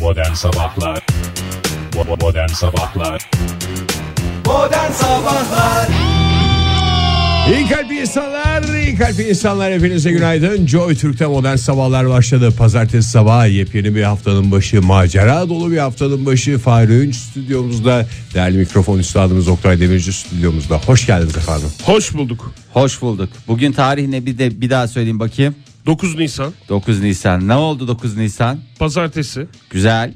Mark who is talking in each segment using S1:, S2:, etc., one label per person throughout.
S1: Modern Sabahlar Bo- Modern Sabahlar
S2: Modern Sabahlar
S3: İyi kalp insanlar, iyi kalp insanlar hepinize günaydın. Joy Türk'te modern sabahlar başladı. Pazartesi sabahı yepyeni bir haftanın başı, macera dolu bir haftanın başı. Fahri Öğünç stüdyomuzda, değerli mikrofon üstadımız Oktay Demirci stüdyomuzda. Hoş geldiniz efendim.
S4: Hoş bulduk.
S5: Hoş bulduk. Bugün tarih ne bir de bir daha söyleyeyim bakayım.
S4: 9 Nisan
S5: 9 Nisan. Ne oldu 9 Nisan?
S4: pazartesi. Ee,
S5: Güzel.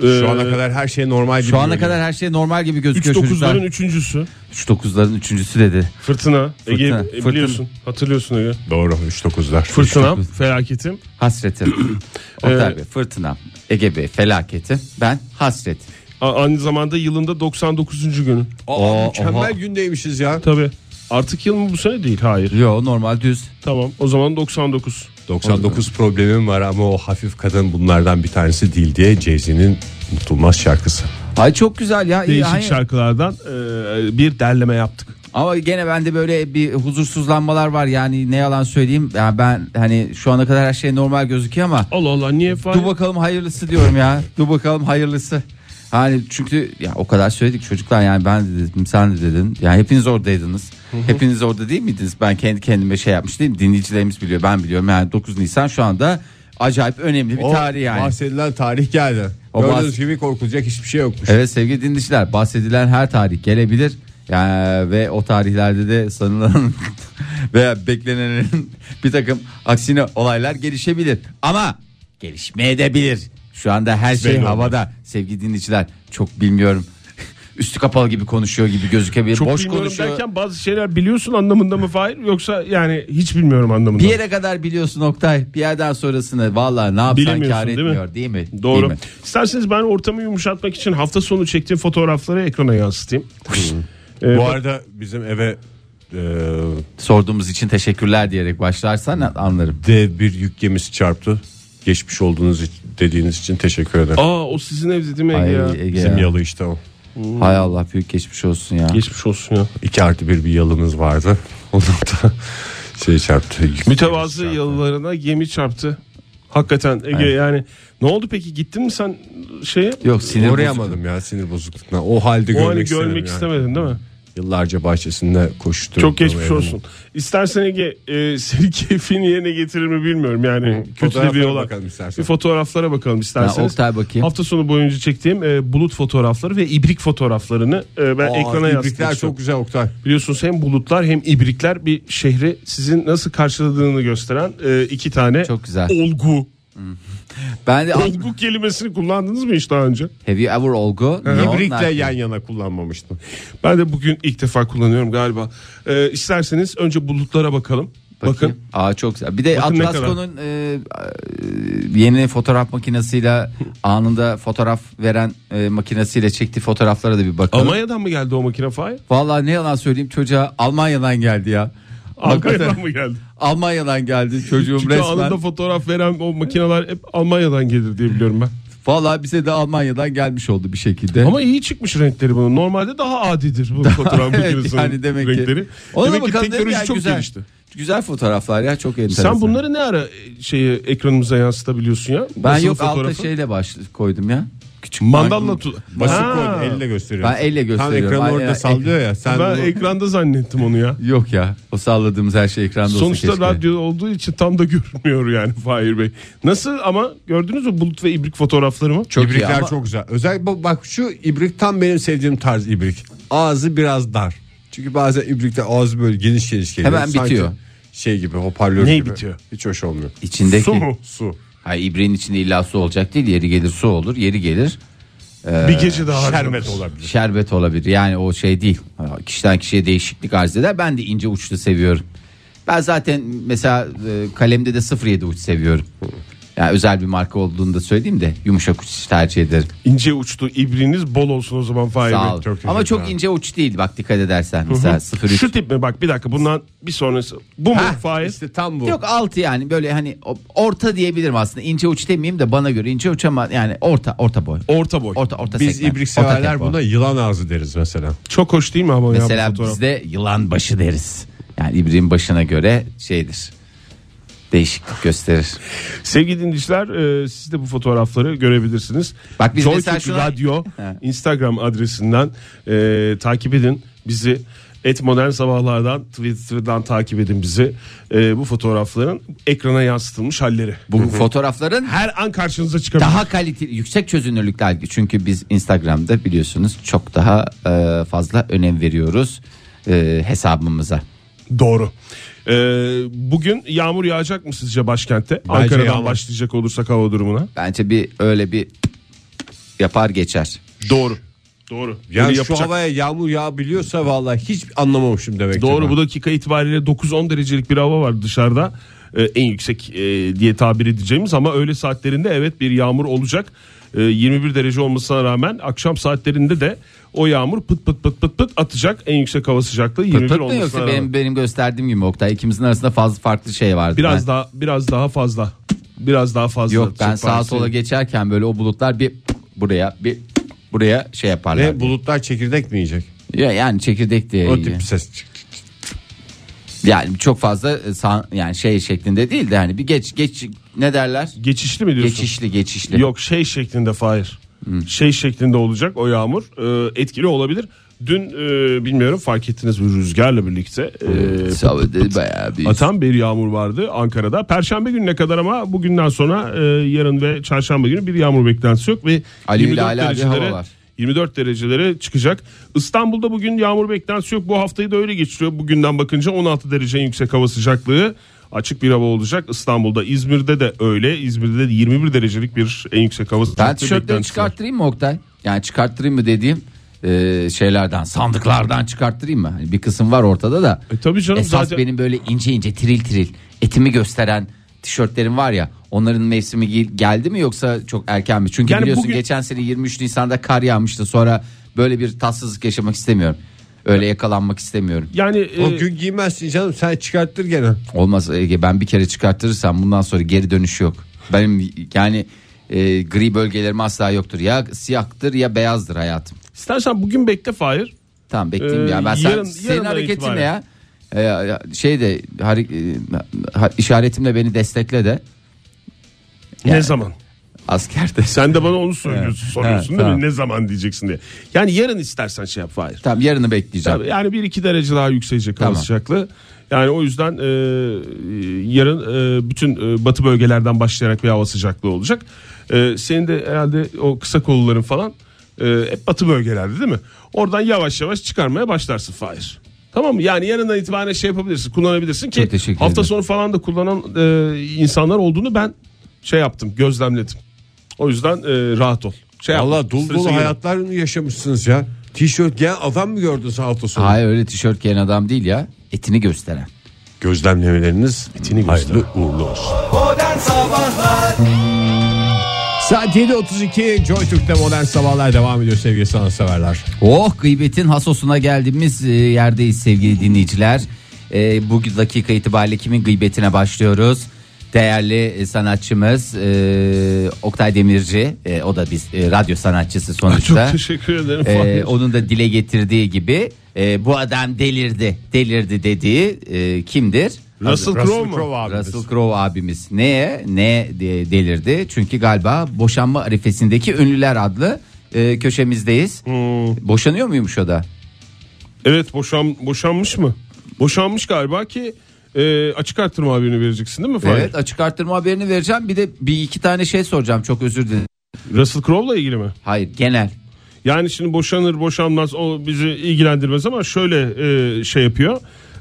S3: Şu ana kadar her şey normal gibi
S5: Ee, Şu ana
S3: görünüyor.
S5: kadar her şey normal gibi
S4: 3
S5: gözüküyor çocuklar.
S4: dokuzların üçüncüsü.
S5: 3 9'ların üçüncüsü dedi.
S4: Fırtına. Ege
S5: Fırtına,
S4: e,
S5: fırtına.
S4: biliyorsun. Hatırlıyorsun Ege.
S3: Doğru 3.9'lar.
S4: Fırtınam, felaketim.
S5: Hasretim. Oktay Bey, fırtına. Ege Bey, felaketi. Ben hasret.
S4: A- aynı zamanda yılında 99. günü.
S3: Aa,
S5: Oo,
S3: mükemmel
S5: oha.
S3: gündeymişiz ya.
S4: Tabii. Artık yıl mı bu sene değil? Hayır.
S5: Yo normal düz.
S4: Tamam. O zaman 99.
S3: 99 problemim var ama o hafif kadın bunlardan bir tanesi değil diye Jay-Z'nin unutulmaz şarkısı.
S5: Ay çok güzel ya. iyi,
S4: Değişik
S5: hayır.
S4: şarkılardan e, bir derleme yaptık.
S5: Ama gene bende böyle bir huzursuzlanmalar var yani ne yalan söyleyeyim. Ya ben hani şu ana kadar her şey normal gözüküyor ama
S4: Allah Allah niye falan?
S5: Dur bakalım hayırlısı diyorum ya. Dur bakalım hayırlısı. Hani çünkü ya o kadar söyledik çocuklar yani ben de dedim sen de dedin. Yani hepiniz oradaydınız. Hepiniz orada değil miydiniz? Ben kendi kendime şey yapmış değil mi? Dinleyicilerimiz biliyor ben biliyorum. Yani 9 Nisan şu anda acayip önemli bir
S3: O
S5: tarih yani.
S3: bahsedilen tarih geldi.
S5: O
S3: Gördüğünüz
S5: bahs-
S3: gibi korkulacak hiçbir şey yokmuş.
S5: Evet sevgili dinleyiciler bahsedilen her tarih gelebilir. Yani ve o tarihlerde de sanılan veya beklenenin bir takım aksine olaylar gelişebilir. Ama gelişmeye de bilir. Şu anda her şey
S4: Belli olmaz.
S5: havada. Sevgili dinleyiciler çok bilmiyorum. Üstü kapalı gibi konuşuyor gibi gözükebilir.
S4: Çok
S5: Boş
S4: bilmiyorum
S5: konuşuyor.
S4: derken bazı şeyler biliyorsun anlamında mı Fahir yoksa yani hiç bilmiyorum anlamında.
S5: Bir
S4: mı?
S5: yere kadar biliyorsun Oktay. Bir yerden sonrasını vallahi ne yapsan
S4: Bilemiyorsun,
S5: kar
S4: değil mi?
S5: etmiyor değil mi? Değil
S4: Doğru.
S5: mi?
S4: İsterseniz ben ortamı yumuşatmak için hafta sonu çektiğim fotoğrafları ekrana yansıtayım. Ee,
S3: Bu arada bizim eve e,
S5: Sorduğumuz için teşekkürler diyerek başlarsan anlarım.
S3: dev bir yük gemisi çarptı. Geçmiş olduğunuz için- dediğiniz için teşekkür ederim.
S4: Aa o sizin evde değil mi Ege
S5: Ay,
S4: ya?
S5: Ege
S3: Bizim
S5: ya.
S3: yalı işte o.
S5: Hay Allah büyük geçmiş olsun ya.
S4: Geçmiş olsun ya.
S3: İki artı bir bir yalımız vardı. Onun da şey çarptı. yük
S4: Mütevazı
S3: gemisi çarptı.
S4: yıllarına gemi çarptı. Hakikaten Ege yani ne oldu peki gittin mi sen şeye?
S5: Yok sinir
S3: Uğrayamadım ya sinir bozukluğuna. O halde
S4: O
S3: görmek,
S4: hani
S3: istemedim
S4: görmek
S3: yani.
S4: istemedin değil mi?
S3: Yıllarca bahçesinde koştu.
S4: Çok geçmiş olsun. İstersen Ege e, senin keyfini yerine getirir mi bilmiyorum yani. Kötü de bir
S3: Fotoğraflara
S4: olay.
S3: bakalım istersen.
S4: Bir fotoğraflara bakalım isterseniz.
S5: Ben Oktay bakayım.
S4: Hafta sonu boyunca çektiğim e, bulut fotoğrafları ve ibrik fotoğraflarını e, ben ekrana yansıtmak istiyorum.
S3: çok güzel Oktay.
S4: Biliyorsunuz hem bulutlar hem ibrikler bir şehri sizin nasıl karşıladığını gösteren e, iki tane
S5: Çok güzel.
S4: olgu.
S5: Ben de
S4: Olgu kelimesini kullandınız mı hiç daha önce?
S5: Have you ever Olgu?
S3: İbrikle yan yana kullanmamıştım.
S4: Ben de bugün ilk defa kullanıyorum galiba. E, isterseniz önce bulutlara bakalım. Bakın.
S5: Bakın. Aa çok güzel. Bir de
S4: Bakın ne
S5: Atlasco'nun e, e, yeni fotoğraf makinesiyle anında fotoğraf veren e, makinesiyle çektiği fotoğraflara da bir bakalım.
S4: Almanya'dan mı geldi o makine Fahir?
S5: Vallahi ne yalan söyleyeyim çocuğa Almanya'dan geldi ya.
S4: Almanya'dan
S5: Hakikaten
S4: mı geldi?
S5: Almanya'dan geldi çocuğum
S4: Çünkü
S5: resmen.
S4: anında fotoğraf veren o makineler hep Almanya'dan gelir diye biliyorum ben.
S5: Vallahi bize de Almanya'dan gelmiş oldu bir şekilde.
S4: Ama iyi çıkmış renkleri bunun. Normalde daha adidir bu fotoğraf
S5: Evet,
S4: makinesinin
S5: yani demek ki.
S4: renkleri.
S5: Ona da
S4: demek ki
S5: bakalım dedim
S4: teknoloji
S5: ya,
S4: çok
S5: güzel.
S4: gelişti.
S5: Güzel fotoğraflar ya çok enteresan.
S4: Sen bunları ne ara e, şeyi ekranımıza yansıtabiliyorsun ya?
S5: ben
S4: Basılı
S5: yok altta şey-
S4: fotoğrafı.
S5: şeyle baş koydum ya. Küçük
S4: Mandalla tut.
S3: Basık
S4: Ha,
S3: koydum elle gösteriyorum.
S5: Ben elle
S3: Tam
S5: gösteriyorum.
S3: ekranı
S5: Ay,
S3: orada
S5: ay,
S3: sallıyor ya. Sen
S4: Ben
S3: bunu-
S4: ekranda zannettim onu ya.
S5: Yok ya. O salladığımız her şey ekranda olsa
S4: Sonuçta
S5: keşke.
S4: radyo olduğu için tam da görünmüyor yani Fahir Bey. Nasıl ama gördünüz mü bulut ve ibrik fotoğraflarımı?
S5: Çok iyi
S3: İbrikler
S5: ama-
S3: çok güzel. Özellikle bu- bak şu ibrik tam benim sevdiğim tarz ibrik. Ağzı biraz dar. Çünkü bazen ibrikte ağzı böyle geniş geniş geliyor.
S5: Hemen
S3: Sanki
S5: bitiyor.
S3: Şey gibi hoparlör
S4: Ney
S3: gibi.
S4: bitiyor?
S3: Hiç hoş olmuyor.
S5: İçindeki.
S4: Su mu?
S3: Su.
S5: Hayır ibriğin içinde illa su olacak değil. Yeri gelir su olur. Yeri gelir
S4: bir gece daha
S3: Şerbet olabilir.
S5: Ee, şerbet olabilir. Yani o şey değil. Ha, Kişiden kişiye değişiklik arz eder. Ben de ince uçlu seviyorum. Ben zaten mesela e, kalemde de 07 uç seviyorum. Yani özel bir marka olduğunu da söyleyeyim de yumuşak uç tercih ederim.
S4: İnce uçtu ibriğiniz bol olsun o zaman Fahir Bey.
S5: Sağ ol.
S3: çok
S5: Ama çok
S3: teşekkür
S5: ince uç değil bak dikkat edersen. Mesela 03
S4: Şu tip mi bak bir dakika bundan bir sonrası. Bu mu Fahir?
S3: İşte tam bu.
S5: Yok altı yani böyle hani o- orta diyebilirim aslında. İnce uç demeyeyim de bana göre ince uç ama yani orta orta boy.
S4: Orta boy.
S5: Orta orta
S3: Biz
S5: segment,
S3: ibrik
S5: orta
S3: severler
S5: tempo.
S3: buna yılan ağzı deriz mesela.
S4: Çok hoş değil mi ama ya
S5: Mesela
S4: bu fotoğraf?
S5: bizde yılan başı deriz. Yani ibriğin başına göre şeydir. değişiklik gösterir.
S4: Sevgili dinleyiciler e, siz de bu fotoğrafları görebilirsiniz.
S5: Bak biz
S4: Joy
S5: mesela
S4: Türk
S5: şuna-
S4: Radyo Instagram adresinden e, takip edin bizi. Et modern sabahlardan Twitter'dan takip edin bizi. E, bu fotoğrafların ekrana yansıtılmış halleri.
S5: Bu fotoğrafların
S4: Her an karşınıza çıkabilir.
S5: daha kaliteli yüksek çözünürlüklü halde. Çünkü biz Instagram'da biliyorsunuz çok daha e, fazla önem veriyoruz e, hesabımıza.
S4: Doğru. E, bugün yağmur yağacak mı sizce başkentte? Ankara'dan
S3: yağmur.
S4: başlayacak olursak hava durumuna.
S5: Bence bir öyle bir yapar geçer.
S4: Doğru. Doğru.
S3: Yani
S4: Bunu
S3: şu
S4: yapacak.
S3: havaya yağmur yağabiliyorsa vallahi hiç anlamamışım demek.
S4: Doğru bu dakika itibariyle 9-10 derecelik bir hava var dışarıda. Ee, en yüksek e, diye tabir edeceğimiz ama öğle saatlerinde evet bir yağmur olacak. Ee, 21 derece olmasına rağmen akşam saatlerinde de o yağmur pıt pıt pıt pıt pıt atacak. En yüksek hava sıcaklığı 21
S5: Pıt pıt mı
S4: olmasına
S5: yoksa
S4: rağmen.
S5: benim, benim gösterdiğim gibi Oktay ikimizin arasında fazla farklı şey vardı.
S4: Biraz
S5: Ben-
S4: daha biraz daha fazla. Biraz daha fazla.
S5: Yok ben
S4: Çok
S5: sağa
S4: farklı.
S5: sola geçerken böyle o bulutlar bir buraya bir buraya şey yaparlar.
S3: Ve bulutlar çekirdek mi yiyecek?
S5: Ya- yani çekirdek diye.
S3: O
S5: iyi.
S3: tip bir ses çık-
S5: Yani çok fazla e, sağ- yani şey şeklinde değil de hani bir geç geç ne derler?
S4: geçişli mi diyorsun?
S5: Geçişli Hmm. geçişli.
S4: Yok şey şeklinde Fahir. Şey şeklinde olacak o yağmur. Ee, etkili olabilir. Dün e, bilmiyorum fark ettiniz mi rüzgarla birlikte e,
S5: Sağ- bayağı bir-
S4: atan bir yağmur vardı Ankara'da. Perşembe gününe kadar ama bugünden sonra e, yarın ve çarşamba günü bir yağmur beklentisi yok ve
S5: Ali ile
S4: 24
S5: Ali abi
S4: derecelere
S5: hava var.
S4: 24 derecelere çıkacak. İstanbul'da bugün yağmur beklentisi yok. Bu haftayı da öyle geçiriyor. Bugünden bakınca 16 derece en yüksek hava sıcaklığı. Açık bir hava olacak. İstanbul'da, İzmir'de de öyle. İzmir'de de 21 derecelik bir en yüksek hava sıcaklığı
S5: Ben tişörtleri
S4: beklentisi var.
S5: çıkarttırayım mı Oktay? Yani çıkarttırayım mı dediğim e, şeylerden sandıklardan çıkarttırayım mı? Hani bir kısım var ortada da.
S4: E tabii canım
S5: Esas
S4: zaten-
S5: benim böyle ince ince tiril tiril etimi gösteren tişörtlerim var ya. Onların mevsimi gi- geldi mi yoksa çok erken mi? Çünkü
S4: Yani
S5: biliyorsun
S4: bugün-
S5: geçen sene 23 Nisan'da kar yağmıştı. Sonra böyle bir tatsızlık yaşamak istemiyorum. Öyle yakalanmak istemiyorum.
S4: Yani
S3: O
S4: e,
S3: gün giymezsin canım sen çıkarttır gene.
S5: Olmaz Ege ben bir kere çıkarttırırsam bundan sonra geri dönüş yok. Benim yani e, gri bölgelerim asla yoktur. Ya siyahtır ya beyazdır hayatım.
S4: istersen bugün bekle Fahir.
S5: Tamam bekleyeyim
S4: Ee,
S5: ya. Ben sen,
S4: yarın-
S5: senin
S4: yarından
S5: hareketinle
S4: itibaren.
S5: ya. E, ya, şey de hari- e, ha- işaretimle beni destekle de
S4: Ne zaman?
S5: askerde.
S4: Sen de bana onu söylüyorsun, soruyorsun
S5: Evet,
S4: değil
S5: tamam.
S4: mi? Ne zaman diyeceksin diye. Yani yarın istersen şey yap Fahir.
S5: Tamam yarını bekleyeceğim.
S4: Tabii, yani 1-2 derece daha yükselecek hava
S5: Tamam.
S4: sıcaklığı. Yani o yüzden e, yarın e, bütün e, batı bölgelerden başlayarak bir hava sıcaklığı olacak. E, senin de herhalde o kısa kolluların falan e, hep batı bölgelerde değil mi? Oradan yavaş yavaş çıkarmaya başlarsın Fahir. Tamam mı? Yani yarından itibaren şey yapabilirsin, kullanabilirsin ki
S5: Çok teşekkür
S4: hafta
S5: ederim.
S4: sonu falan da kullanan e, insanlar olduğunu ben şey yaptım, gözlemledim. O yüzden e, rahat ol. Şey yapma,
S3: Allah dolu
S4: strese
S3: dolu
S4: girme.
S3: hayatlar mı yaşamışsınız ya? Tişört giyen adam mı gördün sen hafta sonu?
S5: Hayır öyle tişört giyen adam değil ya. Etini gösteren.
S3: Gözlemlemeleriniz hayırlı uğurlu olsun.
S2: Modern Sabahlar
S3: Saat 7.32 Joy Türk'te modern sabahlar devam ediyor sevgili sanatseverler.
S5: Oh gıybetin hasosuna geldiğimiz e, yerdeyiz sevgili dinleyiciler. E, bu dakika itibariyle kimin gıybetine başlıyoruz? Değerli e, sanatçımız e, Oktay Demirci. E, o da biz e, radyo sanatçısı sonuçta.
S4: Çok teşekkür ederim.
S5: E,
S4: Fahir.
S5: onun da dile getirdiği gibi e, bu adam delirdi. Delirdi dediği e, kimdir?
S4: Russell Crowe mu?
S3: abimiz.
S5: Russell Crowe abimiz. Neye? Ne de- delirdi? Çünkü galiba boşanma arifesindeki ünlüler adlı e, köşemizdeyiz. Boşanıyor muymuş o da?
S4: Evet boşan boşanmış mı? Boşanmış galiba ki e, açık artırma haberini vereceksin değil mi Fahir?
S5: Evet açık arttırma haberini vereceğim. Bir de bir iki tane şey soracağım. Çok özür dilerim.
S4: Russell Crowe'la ilgili mi?
S5: Hayır genel.
S4: Yani şimdi boşanır boşanmaz o bizi ilgilendirmez ama şöyle e, şey yapıyor.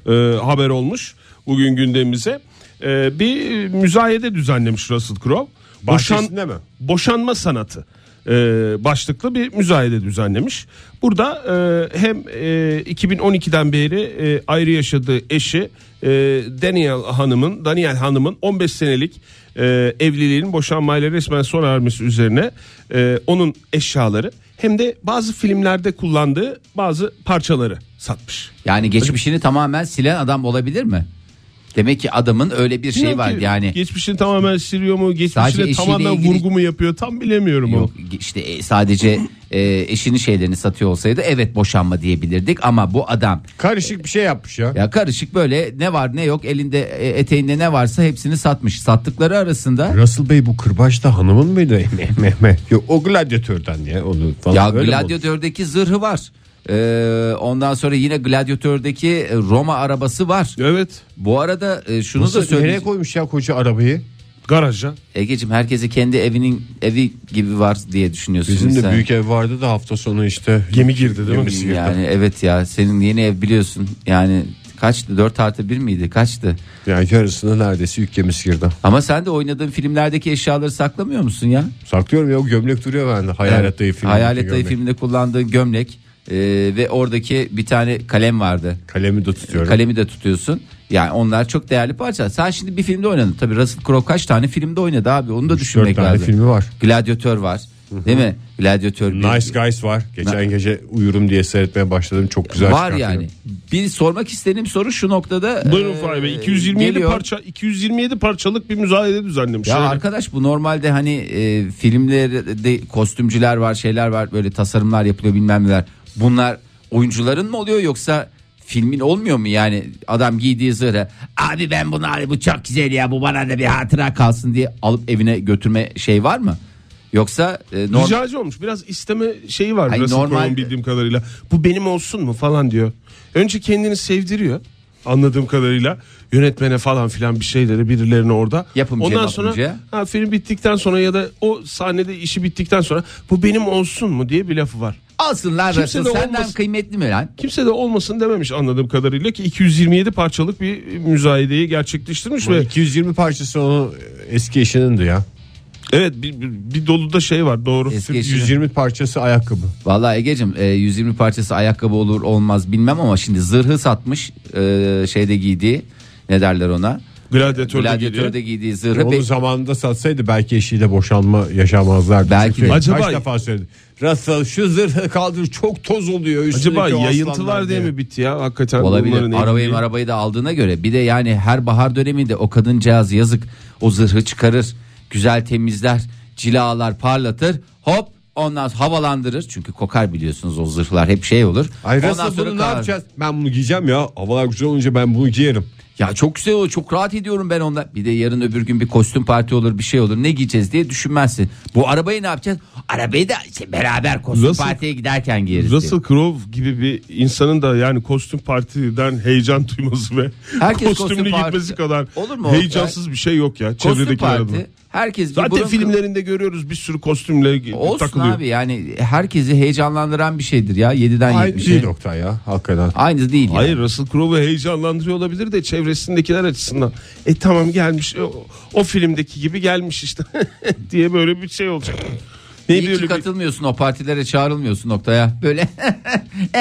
S4: E, haber olmuş bugün gündemimize. E, bir müzayede düzenlemiş Russell Crowe.
S3: Bahçesinde mi?
S4: Boşanma sanatı e, başlıklı bir müzayede düzenlemiş. Burada e, hem e, 2012'den beri e, ayrı yaşadığı eşi e, Daniel Hanım'ın Daniel Hanım'ın 15 senelik e, evliliğinin boşanmayla resmen sona ermesi üzerine e, onun eşyaları hem de bazı filmlerde kullandığı bazı parçaları satmış.
S5: Yani geçmişini tamamen silen adam olabilir mi? Demek ki adamın öyle bir şey var yani.
S4: Geçmişini tamamen siliyor mu?
S5: Sadece
S4: Geçmişine
S5: eşiyle
S4: tamamen
S5: ilgili-
S4: vurgu mu yapıyor? Tam bilemiyorum
S5: Yok işte e, sadece e, eşinin şeylerini satıyor olsaydı evet boşanma diyebilirdik ama bu adam
S3: Karışık bir şey yapmış ya.
S5: ya karışık böyle ne var ne yok elinde e, eteğinde ne varsa hepsini satmış. Sattıkları arasında
S3: Russell Bey bu kırbaç da hanımın mıydı? Meh, meh, meh. Yok o gladyatörden ya onu falan.
S5: ya
S3: Öyle mi oldu?
S5: gladyatördeki zırhı var. Ee, ondan sonra yine gladyatördeki e, Roma arabası var.
S4: o. Evet.
S5: Bu arada e, şunu
S3: Nasıl,
S5: da
S3: nereye
S5: söyleyeyim.
S3: koymuş ya koca arabayı?
S4: Garaja.
S5: Egeciğim herkesi kendi evinin evi gibi var diye düşünüyorsun.
S3: Bizim de
S5: sen.
S3: büyük şey ev vardı da hafta sonu işte.
S4: Gemi girdi değil mi?
S3: Gemisi girdi.
S5: Yani evet ya senin yeni ev biliyorsun. Yani kaçtı 4 artı 1 miydi kaçtı?
S3: Yani yarısına neredeyse yük gemisi girdi.
S5: Ama sen de oynadığın filmlerdeki eşyaları saklamıyor musun ya?
S3: Saklıyorum ya o gömlek duruyor bende. Hayalet dayı filmi.
S5: Hayalet Dayı
S3: gömlek.
S5: filminde kullandığın gömlek e, ve oradaki bir tane kalem vardı.
S3: Kalemi de tutuyorum.
S5: Kalemi de tutuyorsun. Yani onlar çok değerli parça. Sen şimdi bir filmde oynadın. Tabii Russell Crowe kaç tane filmde oynadı abi onu da
S3: Dört
S5: düşünmek
S3: tane
S5: lazım.
S3: filmi var.
S5: Gladyatör var. Değil mi? Gladyatör bir-
S3: Nice Guys var. Geçen gece uyurum diye seyretmeye başladım. Çok güzel
S5: var
S3: çıkan
S5: yani.
S3: film.
S5: Bir sormak istediğim soru şu noktada.
S4: Buyurun
S5: e,
S4: Fahri Bey. 227
S5: geliyor.
S4: parça 227 parçalık bir müzayede düzenlemiş.
S5: Ya
S4: Yani
S5: arkadaş bu normalde hani e, filmlerde kostümcüler var şeyler var böyle tasarımlar yapılıyor bilmem neler. Bunlar oyuncuların mı oluyor yoksa filmin olmuyor mu yani adam giydiği zırhı abi ben bunu abi bu çok güzel ya bu bana da bir hatıra kalsın diye alıp evine götürme şey var mı? Yoksa e, norm-
S4: Ricacı olmuş. Biraz isteme şeyi var.
S5: Hayır,
S4: Russell
S5: normal-
S4: Crowe'un bildiğim kadarıyla. Bu benim olsun mu falan diyor. Önce kendini sevdiriyor. Anladığım kadarıyla yönetmene falan filan bir şeyleri birilerine orada.
S5: Yapımcıya,
S4: Ondan sonra
S5: yapımcıya.
S4: ha, film bittikten sonra ya da o sahnede işi bittikten sonra bu benim olsun mu diye bir lafı var.
S5: alsınlar
S4: Kimse
S5: Russell,
S4: de
S5: senden
S4: olmasın.
S5: kıymetli mi lan?
S4: Kimse de olmasın dememiş anladığım kadarıyla ki 227 parçalık bir müzayedeyi gerçekleştirmiş ve
S3: 220 parçası onun e, eski eşinindi ya.
S4: evet bir, bir, bir dolu da şey var doğru.
S5: Eski eşi.
S3: 120 parçası ayakkabı.
S5: Vallahi Ege'cim e, 120 parçası ayakkabı olur olmaz bilmem ama şimdi zırhı satmış e, şeyde giydiği ne derler ona?
S4: Gladyatörde geliyor.
S5: Gladyatörde giydiği zırhı
S3: Onu
S5: be-
S3: zamanında satsaydı belki eşiyle boşanma yaşamazlardı.
S5: Belki
S3: Çünkü
S5: de.
S3: Kaç
S4: Acaba-
S3: defa söyledi. Russell şu zırhı kaldır çok toz oluyor. üstündeki
S4: Acaba
S3: o
S4: yayıntılar
S3: aslanlar
S4: diye mi bitti ya hakikaten? bunların
S5: olabilir.
S4: etkili-
S5: Arabayı arabayı da aldığına göre bir de yani her bahar döneminde o kadıncağız yazık o zırhı çıkarır, güzel temizler, cilalar, parlatır. Hop ondan sonra havalandırır. Çünkü kokar biliyorsunuz o zırhlar hep şey olur.
S3: Ay
S5: ondan
S3: Russell bunu ne
S5: kalar.
S3: yapacağız? Ben bunu giyeceğim ya. Havalar güzel olunca ben bunu giyerim.
S5: Ya çok güzel olur çok rahat ediyorum ben onda. Bir de yarın öbür gün bir kostüm parti olur bir şey olur ne giyeceğiz diye düşünmezsin. Bu arabayı ne yapacağız? Arabayı da işte beraber kostüm
S4: Russell-
S5: partiye giderken giyeriz diye.
S4: Russell Crowe gibi bir insanın da yani kostüm partiden heyecan duyması ve
S5: Herkes kostüm
S4: kostümlü
S5: parti-
S4: gitmesi kadar
S5: Olur mu?
S4: heyecansız bir şey yok ya
S5: Kostüm
S4: çevredekiler
S5: parti.
S4: adına.
S5: Herkes bir
S4: Zaten
S5: burun-
S4: filmlerinde görüyoruz bir sürü kostümle
S5: Olsun
S4: takılıyor.
S5: abi yani herkesi heyecanlandıran bir şeydir ya 7'den
S3: Aynı
S5: 70'e.
S3: şey nokta ya hakikaten.
S5: Aynı değil ya.
S4: Hayır Russell Crowe'u heyecanlandırıyor olabilir de çevresindekiler açısından. E tamam gelmiş o, o filmdeki gibi gelmiş işte diye böyle bir şey olacak. Ne
S5: İyi
S4: böyle
S5: ki
S4: bir-
S5: katılmıyorsun o partilere çağrılmıyorsun noktaya. Böyle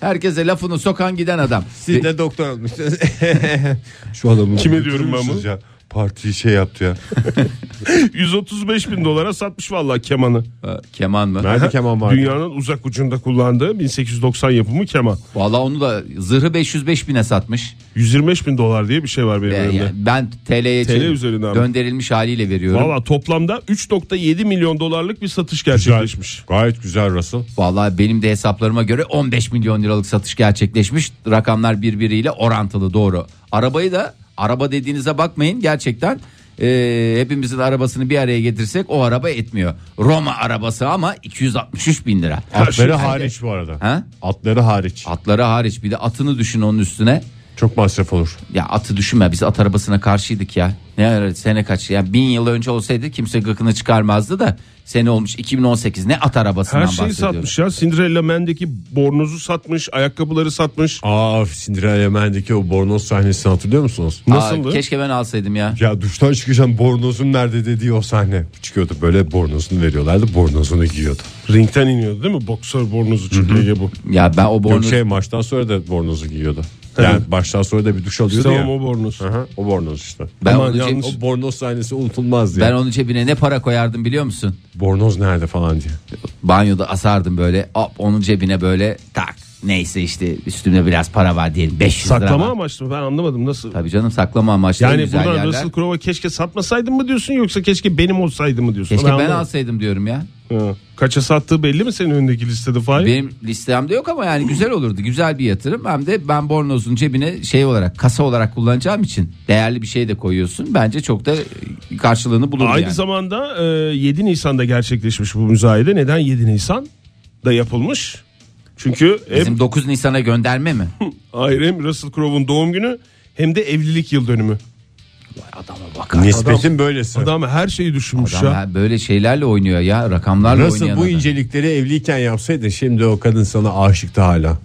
S5: herkese lafını sokan giden adam.
S3: Siz de doktor olmuşsunuz. Şu adamı
S4: Kime
S3: götürür
S4: diyorum ben
S3: müsünüz
S4: bunu?
S3: ya? Partiyi şey yaptı ya.
S4: 135 bin dolara satmış vallahi kemanı.
S5: Ee, Keman mı?
S3: Nerede keman vardı?
S4: Dünyanın uzak ucunda kullandığı 1890 yapımı keman.
S5: Vallahi onu da zırhı 505 bine satmış.
S4: 125 bin dolar diye bir şey var benim
S5: Ee,
S4: elimde.
S5: yani ben TL'ye
S4: TL üzerinden.
S5: döndürülmüş haliyle veriyorum. Vallahi,
S4: Valla toplamda 3.7 milyon dolarlık bir satış gerçekleşmiş.
S3: Gayet güzel Russell.
S5: benim de hesaplarıma göre 15 milyon liralık satış gerçekleşmiş. Rakamlar birbiriyle orantılı doğru. Arabayı da araba dediğinize bakmayın gerçekten e, hepimizin arabasını bir araya getirsek o araba etmiyor. Roma arabası ama 263 bin lira.
S4: şey-
S3: Atları hariç bu arada.
S5: Ha?
S3: Atları hariç.
S5: Atları hariç bir de atını düşün onun üstüne.
S3: Çok masraf olur.
S5: Ya atı düşünme biz at arabasına karşıydık ya. Ne ara- sene kaç ya bin yıl önce olsaydı kimse gıkını çıkarmazdı da sene olmuş 2018 ne at arabasından
S4: Her şeyi
S5: bahsediyorum.
S4: satmış ya. Cinderella Man'deki bornozu satmış, ayakkabıları satmış.
S3: Aa Cinderella Man'deki o bornoz sahnesini hatırlıyor musunuz?
S5: Aa,
S4: Nasıldı?
S5: keşke ben alsaydım ya.
S3: Ya duştan çıkacağım bornozum nerede dediği o sahne. Çıkıyordu böyle bornozunu veriyorlardı bornozunu giyiyordu.
S4: Ringten iniyordu değil mi? Boksör bornozu çünkü Ege bu.
S5: Ya ben o
S3: Yok
S5: bornoz
S3: şey maçtan sonra da bornozu giyiyordu. Yani baştan sonra da bir duş alıyordu
S4: Tamam
S3: ya.
S4: o bornoz.
S3: Aha, o bornoz işte.
S5: ben
S4: Aman
S5: onun, ce-
S4: yanlış.
S3: O bornoz sahnesi unutulmaz ya.
S5: ben onun cebine ne para koyardım biliyor musun?
S3: Bornoz nerede falan diye.
S5: Banyoda asardım böyle hop onun cebine böyle tak Neyse işte üstümde biraz para var diyelim 500 lira.
S4: Saklama
S5: var.
S4: amaçlı mı? ben anlamadım nasıl?
S5: Tabii canım saklama amaçlı en
S4: Yani
S5: güzel
S4: buradan
S5: yerler.
S4: Russell Crowe'a keşke satmasaydım mı diyorsun yoksa keşke benim olsaydı mı diyorsun?
S5: Keşke ben,
S4: anlamadım.
S5: alsaydım diyorum ya.
S4: Ha. Kaça sattığı belli mi senin önündeki listede Fahir?
S5: Benim listemde yok ama yani güzel olurdu. Güzel bir yatırım. Hem de ben bornozun cebine şey olarak kasa olarak kullanacağım için değerli bir şey de koyuyorsun. Bence çok da e, karşılığını bulur
S4: Aynı
S5: yani.
S4: zamanda e, 7 Nisan'da gerçekleşmiş bu müzayede. Neden 7 Nisan da yapılmış? Çünkü hem
S5: Bizim 9 Nisan'a gönderme mi?
S4: Hayır hem Russell Crowe'un doğum günü hem de evlilik yıl dönümü.
S3: Nispetin böylesi.
S4: Adam her şeyi düşünmüş
S5: Adam
S4: ya.
S5: ya böyle şeylerle oynuyor ya rakamlarla
S3: Nasıl
S5: oynayan
S3: bu
S5: adam.
S3: incelikleri evliyken yapsaydın şimdi o kadın sana aşıktı hala.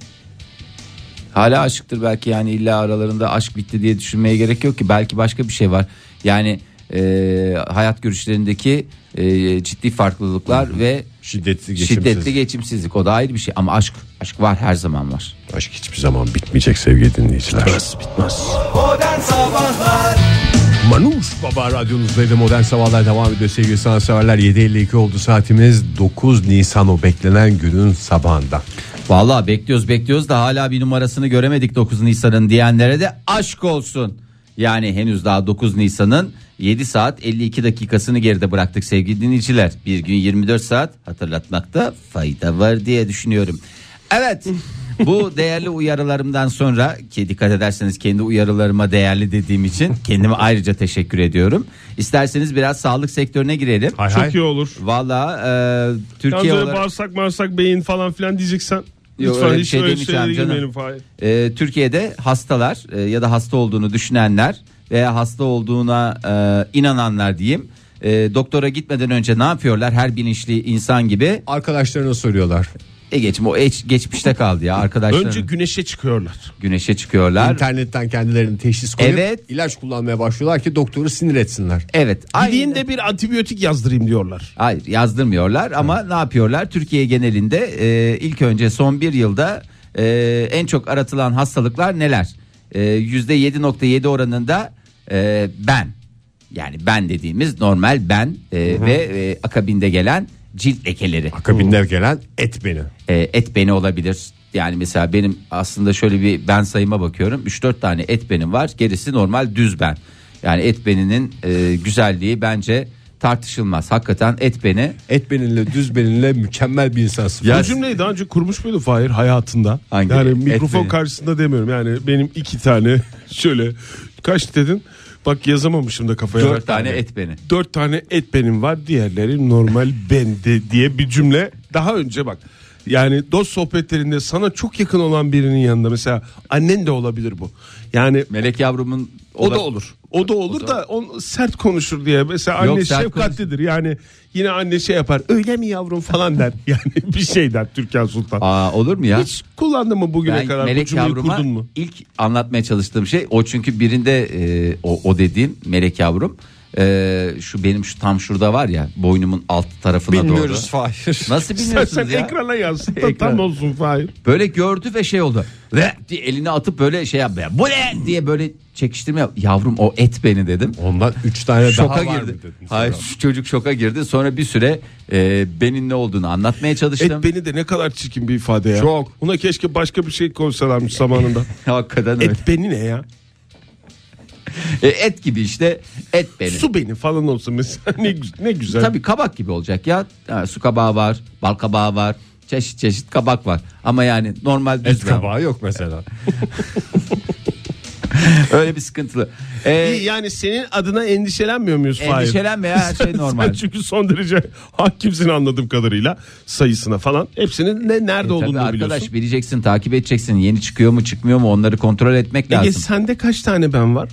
S5: Hala aşıktır belki yani illa aralarında aşk bitti diye düşünmeye gerek yok ki belki başka bir şey var. Yani e, hayat görüşlerindeki e, ciddi farklılıklar ve
S3: Şiddetli geçimsiz.
S5: şiddetli geçimsizlik o da ayrı bir şey ama aşk aşk var her zaman var.
S3: Aşk hiçbir zaman bitmeyecek sevgili dinleyiciler.
S2: Modern Sabahlar
S3: Manuş Baba radyonuzdaydı modern sabahlar devam ediyor sevgili sanatseverler 7.52 oldu saatimiz 9 Nisan o beklenen günün sabahında.
S5: Vallahi bekliyoruz bekliyoruz da hala bir numarasını göremedik 9 Nisan'ın diyenlere de aşk olsun. Yani henüz daha 9 Nisan'ın 7 saat 52 dakikasını geride bıraktık sevgili dinleyiciler. Bir gün 24 saat hatırlatmakta fayda var diye düşünüyorum. Evet bu değerli uyarılarımdan sonra ki dikkat ederseniz kendi uyarılarıma değerli dediğim için kendime ayrıca teşekkür ediyorum. İsterseniz biraz sağlık sektörüne girelim.
S3: Hay
S4: Çok
S3: hay.
S4: iyi olur.
S5: Valla e,
S4: Yalnız
S5: Türkiye
S4: öyle
S5: olarak...
S4: bağırsak bağırsak beyin falan filan diyeceksen.
S5: Yok,
S4: Lütfen
S5: öyle bir
S4: hiç
S5: şey
S4: öyle
S5: demeyeceğim
S4: şeylere
S5: canım.
S4: girmeyelim Fahir.
S5: Ee, Türkiye'de hastalar e, ya da hasta olduğunu düşünenler veya hasta olduğuna e, inananlar diyeyim. e, doktora gitmeden önce ne yapıyorlar her bilinçli insan gibi?
S3: Arkadaşlarına soruyorlar.
S5: E geçim o eç- geçmişte kaldı ya arkadaşlar.
S4: Önce güneşe çıkıyorlar.
S5: güneşe çıkıyorlar.
S3: İnternetten kendilerini teşhis koyup
S5: Evet.
S3: ilaç kullanmaya başlıyorlar ki doktoru sinir etsinler.
S5: evet.
S4: Gideyim
S5: aynı-
S4: de bir antibiyotik yazdırayım diyorlar.
S5: Hayır yazdırmıyorlar ama ne yapıyorlar? Türkiye genelinde e, ilk önce son bir yılda e, en çok aratılan hastalıklar neler? E, %7.7 oranında e, ben yani ben dediğimiz normal ben e, ve e, akabinde gelen cilt lekeleri
S3: Akabinden
S5: Hmm.
S3: gelen et beni.
S5: e, et beni olabilir. Yani mesela benim aslında şöyle bir ben sayıma bakıyorum. 3-4 tane et benim var. Gerisi normal düz ben. Yani et beninin e, güzelliği bence tartışılmaz. Hakikaten et beni
S3: Et beninle düz beninle mükemmel bir insansın.
S4: Bu cümleyi daha önce kurmuş muydu Fahir hayatında?
S5: Hangi?
S4: Yani
S5: Et
S4: mikrofon
S5: mi?
S4: karşısında demiyorum. Yani benim iki tane şöyle kaç dedin? Bak yazamamışım da kafaya.
S5: Dört tane et beni.
S4: Dört tane et benim var diğerleri normal bende diye bir cümle daha önce bak. Yani dost sohbetlerinde sana çok yakın olan birinin yanında mesela annen de olabilir bu. Yani
S5: Melek yavrumun
S4: o da
S5: ola-
S4: olur. O da olur da on sert konuşur diye. Mesela anne
S5: Yok, sert
S4: şefkatlidir. Yani yine anne şey yapar. Öyle mi yavrum falan der. Yani bir şey der Türkan Sultan.
S5: Aa, olur mu ya?
S4: Hiç kullandın mı bugüne
S5: ben
S4: kadar bu
S5: melek
S4: cümleyi
S5: yavruma
S4: kurdun mu?
S5: ilk anlatmaya çalıştığım şey o çünkü birinde e, o, o dediğim melek yavrum e, şu benim şu tam şurada var ya boynumun alt tarafına
S3: Bilmiyoruz
S5: doğru.
S3: Fahir.
S5: Nasıl
S4: İstersen
S5: bilmiyorsunuz ya?
S4: ekrana yansın da
S5: Ekran.
S4: tam olsun Fahir.
S5: Böyle gördü ve şey oldu. Ve diye elini atıp böyle şey yaptı. ya, Bu ne diye böyle çekiştirme yap- Yavrum o et beni dedim.
S3: Ondan 3 tane
S5: Şoka
S3: daha var mı
S5: girdi.
S3: dedin?
S5: Hayır şu çocuk şoka girdi. Sonra bir süre e, benim ne olduğunu anlatmaya
S4: Et
S5: çalıştım.
S4: beni de ne kadar çirkin bir ifade ya.
S3: Çok.
S4: Buna keşke başka bir şey konsalarmış zamanında.
S5: Hakikaten öyle.
S4: Et beni ne ya?
S5: E, et gibi işte et beni.
S4: Su beni falan olsa mesela ne, gü- ne güzel.
S5: Tabii kabak gibi olacak ya. Ha, su kabağı var, bal kabağı var. Çeşit çeşit kabak var. Ama yani normal düz
S3: Et
S5: ben.
S3: kabağı yok mesela.
S5: Öyle bir sıkıntılı. E,
S4: İyi, yani senin adına endişelenmiyor muyuz Fahir?
S5: endişelenme ya her şey
S4: Sen
S5: normal.
S4: çünkü son derece hakimsin anladığım kadarıyla sayısına falan. Hepsinin ne nerede
S5: E, tabii
S4: olduğunu
S5: arkadaş
S4: biliyorsun.
S5: bileceksin takip edeceksin yeni çıkıyor mu çıkmıyor mu onları kontrol etmek
S4: Ege
S5: lazım.
S4: sende kaç tane ben var?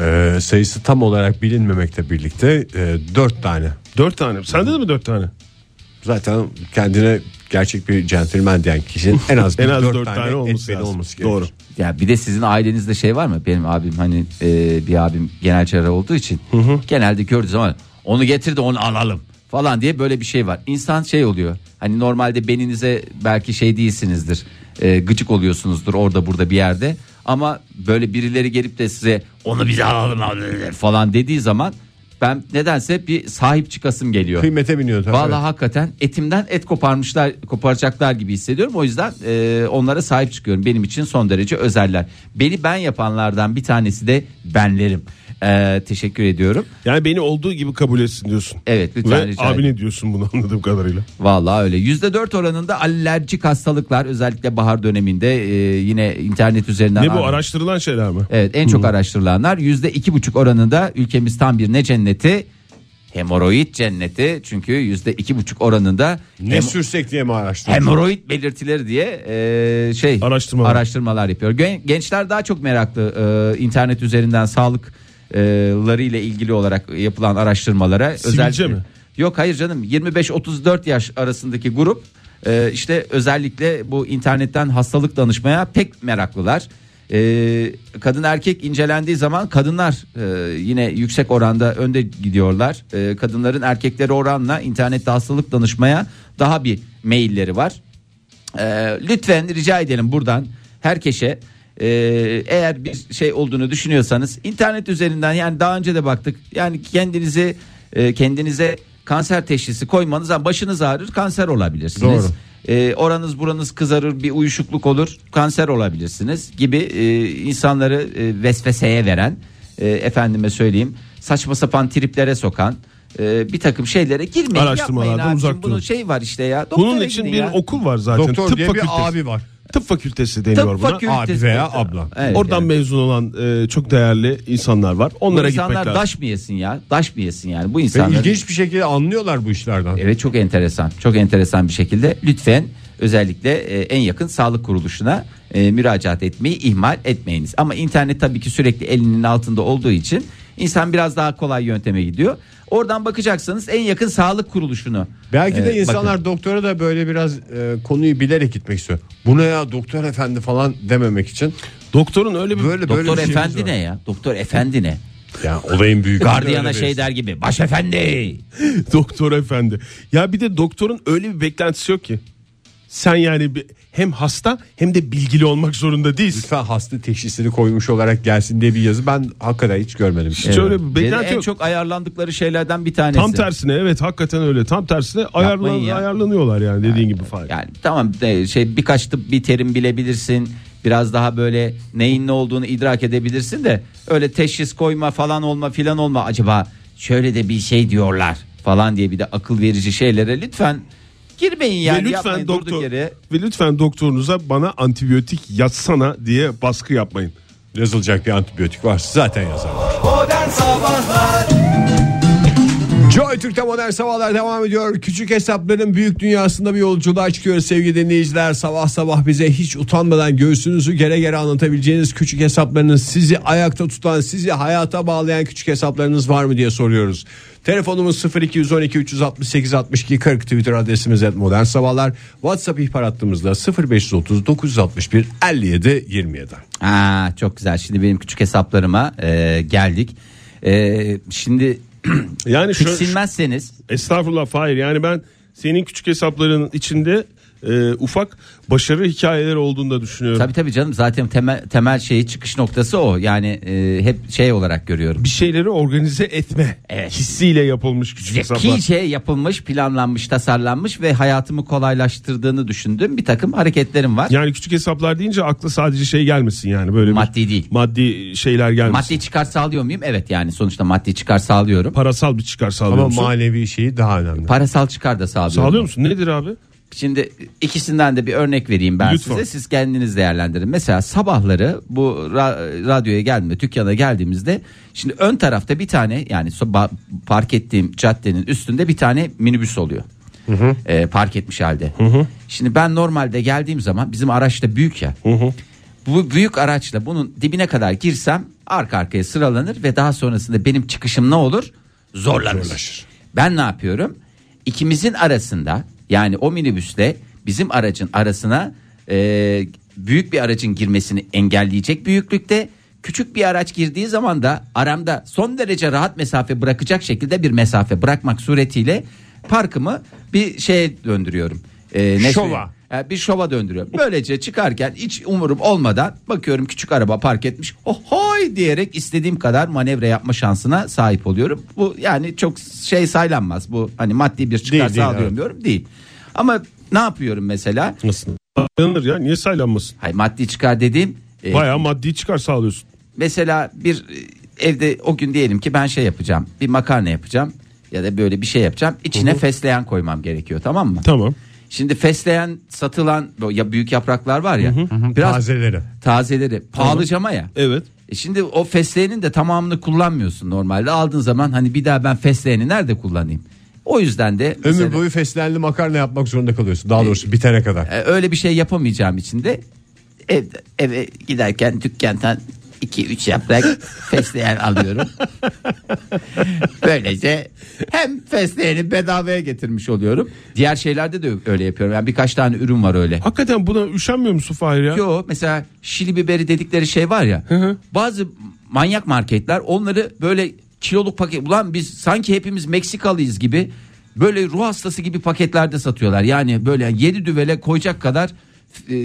S3: Ee, sayısı tam olarak bilinmemekle birlikte 4 tane.
S4: Dört tane. Sende de mi dört tane?
S3: Zaten kendine gerçek bir centilmen diyen kişinin en az,
S4: En az
S3: 4
S4: dört
S3: tane,
S4: tane,
S3: et
S4: olması
S3: beni
S4: lazım.
S3: olması gerekir.
S4: Doğru.
S5: Ya bir de sizin ailenizde şey var mı? Benim abim hani e, bir abim genel cerrah olduğu için genelde gördüğü zaman onu getir de onu alalım falan diye böyle bir şey var. İnsan şey oluyor. Hani normalde beninize belki şey değilsinizdir. e, gıcık oluyorsunuzdur orada burada bir yerde. Ama böyle birileri gelip de size onu bize alalım alalım" falan dediği zaman ben nedense bir sahip çıkasım geliyor.
S3: Kıymete biniyor tabii.
S5: Vallahi hakikaten etimden et koparmışlar koparacaklar gibi hissediyorum. O yüzden e, onlara sahip çıkıyorum. Benim için son derece özeller. Beni ben yapanlardan bir tanesi de benlerim. E, teşekkür ediyorum.
S4: Yani beni olduğu gibi kabul etsin diyorsun.
S5: Evet, lütfen
S4: Ve
S5: rica
S4: abine diyorsun bunu anladığım kadarıyla.
S5: Vallahi öyle. %4 oranında alerjik hastalıklar özellikle bahar döneminde e, yine internet üzerinden
S4: Ne bu
S5: araştırma
S4: araştırılan şeyler mi?
S5: Evet en çok araştırılanlar yüzde iki buçuk oranında ülkemiz tam bir ne cenneti? Hemoroid cenneti çünkü yüzde iki buçuk oranında
S3: Ne
S5: hem-
S3: sürsek diye mi araştırdın?
S5: hemoroid belirtileri diye e, şey
S4: Araştırmalar.
S5: araştırmalar yapıyor. Gen- Gençler daha çok meraklı e, internet üzerinden sağlık e, ları ile ilgili olarak yapılan araştırmalara.
S4: Sivilce mi?
S5: Yok hayır canım 25-34 yaş arasındaki grup e, işte özellikle bu internetten hastalık danışmaya pek meraklılar. E, kadın erkek incelendiği zaman kadınlar e, yine yüksek oranda önde gidiyorlar. E, kadınların erkekleri oranla internette hastalık danışmaya daha bir meyilleri var. Ee, lütfen rica edelim buradan herkese e, eğer bir şey olduğunu düşünüyorsanız internet üzerinden yani daha önce de baktık yani kendinizi e, kendinize kanser teşhisi koymanız ha, başınız ağrır kanser olabilirsiniz.
S3: Doğru.
S5: E, oranız buranız kızarır bir uyuşukluk olur kanser olabilirsiniz gibi e, insanları e, vesveseye veren e, efendime söyleyeyim saçma sapan triplere sokan e, bir takım şeylere girmeyin
S4: Araştırmalardan
S5: yapmayın abicim.
S4: uzak durun.
S5: Bunun şey var işte ya
S4: Bunun
S5: doktora
S4: için
S5: gidin
S4: bir
S5: ya.
S4: okul var zaten.
S3: Doktor
S4: tıp
S3: diye bir
S4: fakültesi.
S3: abi var.
S4: Tıp fakültesi deniyor buna.
S3: Abi veya abla.
S5: Evet,
S4: Oradan
S5: evet.
S4: mezun olan e, çok değerli insanlar var.
S5: Bu
S4: Onlara gitmek
S5: insanlar
S4: lazım.
S5: daş mı yesin ya? Daş mı yesin yani bu
S3: Ve
S5: insanlar?
S3: ilginç bir şekilde anlıyorlar bu işlerden.
S5: Evet çok enteresan. Çok enteresan bir şekilde lütfen özellikle e, en yakın sağlık kuruluşuna e, müracaat etmeyi ihmal etmeyiniz. Ama internet tabii ki sürekli elinin altında olduğu için insan biraz daha kolay yönteme gidiyor. Oradan bakacaksanız en yakın sağlık kuruluşunu.
S3: Belki de
S5: e,
S3: insanlar
S5: bakın.
S3: doktora da böyle biraz e, konuyu bilerek gitmek istiyor. Buna ya doktor efendi falan dememek için.
S4: Doktorun öyle bir
S3: Böyle böyle
S5: Doktor
S3: bir şeyimiz
S5: efendi
S3: var.
S5: ne ya? Doktor efendi ne?
S3: Ya olayın büyük.
S5: Gardiyana şey der gibi. Başefendi.
S4: doktor efendi. Ya bir de doktorun öyle bir beklentisi yok ki. Sen yani bir, hem hasta hem de bilgili olmak zorunda değilsin.
S3: Lütfen hasta teşhisini koymuş olarak gelsin diye bir yazı ben hakikaten hiç görmedim.
S4: Hiç öyle bir
S5: Beni
S4: beklenti
S5: en
S4: yok.
S5: çok ayarlandıkları şeylerden bir tanesi.
S4: Tam tersine evet hakikaten öyle. Tam tersine ayarlan,
S5: ya.
S4: ayarlanıyorlar yani dediğin gibi falan.
S5: Yani tamam e, şey birkaç tıp bir terim bilebilirsin. Biraz daha böyle neyin ne olduğunu idrak edebilirsin de öyle teşhis koyma falan olma filan olma acaba şöyle de bir şey diyorlar falan diye bir de akıl verici şeylere lütfen girmeyin yani
S4: ve lütfen
S5: yapmayın durduk
S4: doktor
S5: yere.
S4: ve lütfen doktorunuza bana antibiyotik yazsana diye baskı yapmayın.
S3: Yazılacak bir antibiyotik var zaten yazarlar.
S2: Modern Sabahlar
S3: Joy Türk'te modern sabahlar devam ediyor. Küçük hesapların büyük dünyasında bir yolculuğa çıkıyoruz sevgili dinleyiciler. Sabah sabah bize hiç utanmadan göğsünüzü gere gere anlatabileceğiniz küçük hesaplarınız sizi ayakta tutan, sizi hayata bağlayan küçük hesaplarınız var mı diye soruyoruz. Telefonumuz 0212 368 62 40 Twitter adresimiz et modern sabahlar. WhatsApp ihbar hattımızda 0530 961 57 27.
S5: Ha, çok güzel şimdi benim küçük hesaplarıma e, geldik. E, şimdi
S4: Yani şu,
S5: tiksinmezseniz
S4: Estağfurullah Fahir yani ben senin küçük hesapların içinde e, ufak başarı hikayeleri olduğunu da düşünüyorum.
S5: Tabii tabii canım zaten temel temel şeyi çıkış noktası o. Yani e, hep şey olarak görüyorum.
S4: Bir şeyleri organize etme
S5: Evet.
S4: hissiyle yapılmış küçük hesaplar.
S5: Zekice yapılmış, planlanmış, tasarlanmış ve hayatımı kolaylaştırdığını düşündüğüm bir takım hareketlerim var.
S4: Yani küçük hesaplar deyince akla sadece şey gelmesin yani böyle bir-
S5: Maddi değil.
S4: Maddi şeyler gelmesin.
S5: Maddi çıkar sağlıyor muyum? Evet yani sonuçta maddi çıkar sağlıyorum.
S4: Parasal bir çıkar sağlıyor
S3: Ama
S4: musun?
S3: manevi şeyi daha önemli.
S5: Parasal çıkar da sağlıyorum.
S4: Sağlıyor musun? Nedir abi?
S5: Şimdi ikisinden de bir örnek vereyim ben
S4: Lütfen.
S5: size. Siz kendiniz değerlendirin. Mesela sabahları bu ra- radyoya geldiğimde, dükkana geldiğimizde şimdi ön tarafta bir tane yani sabah park ettiğim caddenin üstünde bir tane minibüs oluyor. Ee, park etmiş halde. Şimdi ben normalde geldiğim zaman bizim araç da büyük ya. Bu büyük araçla bunun dibine kadar girsem arka arkaya sıralanır ve daha sonrasında benim çıkışım ne olur? Zorlanır. Ben ne yapıyorum? İkimizin arasında yani o minibüsle bizim aracın arasına e, büyük bir aracın girmesini engelleyecek büyüklükte küçük bir araç girdiği zaman da aramda son derece rahat mesafe bırakacak şekilde bir mesafe bırakmak suretiyle parkımı bir şeye döndürüyorum. E, ne
S3: Şova.
S5: söyleyeyim? Yani E, bir şova döndürüyorum. Böylece çıkarken hiç umurum olmadan bakıyorum küçük araba park etmiş. Ohoy diyerek istediğim kadar manevra yapma şansına sahip oluyorum. Bu yani çok şey saylanmaz. Bu hani maddi bir çıkar
S3: Değil, değil,
S5: sağlıyorum diyorum değil. Ama ne yapıyorum mesela?
S4: Nasıl? Saylanır ya niye saylanmasın?
S5: Hay maddi çıkar dediğim e,
S4: Bayağı maddi çıkar sağlıyorsun.
S5: mesela bir e, evde o gün diyelim ki ben şey yapacağım bir makarna yapacağım ya da böyle bir şey yapacağım içine fesleğen koymam gerekiyor tamam mı?
S4: Tamam.
S5: Şimdi fesleğen satılan o ya büyük yapraklar var ya biraz
S3: Tazeleri.
S5: tazeleri pahalı cama ya.
S4: Evet.
S5: E şimdi o fesleğenin de tamamını kullanmıyorsun normalde aldığın zaman hani bir daha ben fesleğeni nerede kullanayım? O yüzden de mesela-
S3: Ömür boyu fesleğenli makarna yapmak zorunda kalıyorsun. Daha doğrusu bitene kadar.
S5: E, öyle bir şey yapamayacağım için de evde, eve giderken dükkandan 2-3 yaprak fesleğen alıyorum. Böylece hem fesleğeni bedavaya getirmiş oluyorum. Diğer şeylerde de öyle yapıyorum. Yani birkaç tane ürün var öyle.
S4: Hakikaten buna üşenmiyor musun Fahir ya?
S5: Yo mesela şili biberi dedikleri şey var ya. bazı manyak marketler onları böyle kiloluk paket ulan biz sanki hepimiz Meksikalıyız gibi böyle ruh hastası gibi paketlerde satıyorlar. Yani böyle yedi düvele koyacak kadar e,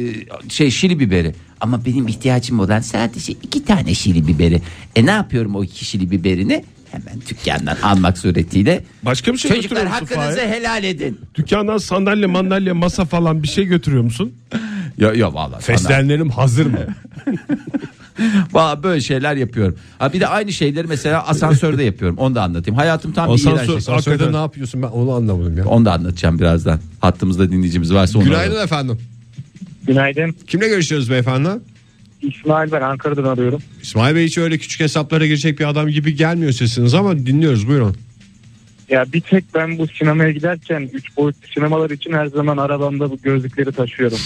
S5: şey şili biberi. Ama benim ihtiyacım olan sadece iki tane şili biberi. E ne yapıyorum o iki şili biberini? Hemen dükkandan almak suretiyle.
S4: Başka bir şey
S5: Çocuklar
S4: götürüyor musun
S5: hakkınızı
S4: Fahir?
S5: helal edin.
S4: Dükkandan sandalye mandalye masa falan bir şey götürüyor musun?
S5: Ya ya vallahi.
S3: Fesleğenlerim hazır mı?
S5: Valla böyle şeyler yapıyorum. Ha bir de aynı şeyleri mesela asansörde yapıyorum. Onu da anlatayım. Hayatım tam bir
S4: Asansör-
S5: iğrenç. yaşam.
S3: Asansörde
S4: Hakikaten.
S3: ne yapıyorsun ben onu anlamadım ya.
S5: Onu da anlatacağım birazdan. Hattımızda dinleyicimiz varsa onu alalım.
S3: Günaydın efendim.
S6: Günaydın.
S3: Kimle görüşüyoruz beyefendi?
S6: İsmail ben Ankara'dan arıyorum.
S3: İsmail Bey hiç öyle küçük hesaplara girecek bir adam gibi gelmiyor sesiniz ama dinliyoruz buyurun.
S6: Ya bir tek ben bu sinemaya giderken 3 boyutlu sinemalar için her zaman arabamda bu gözlükleri taşıyorum.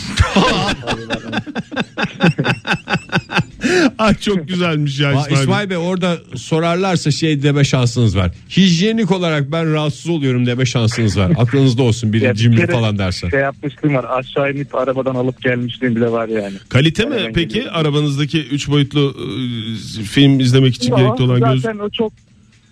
S4: Ah çok güzelmiş ya
S3: Aa,
S4: İsmail.
S3: İsmail, Bey orada sorarlarsa şey deme şansınız var. Hijyenik olarak ben rahatsız oluyorum deme şansınız var. Aklınızda olsun
S6: Ya
S3: biri
S6: bir
S3: cimri
S6: kere
S3: falan derse.
S6: Şey yapmışlığım var aşağı inip arabadan alıp gelmişliğim bile var yani.
S4: Kalite mi
S6: Nereden
S4: peki
S6: geliyor?
S4: arabanızdaki 3 boyutlu e, film izlemek için
S6: Ama
S4: gerekli olan göz?
S6: Zaten o çok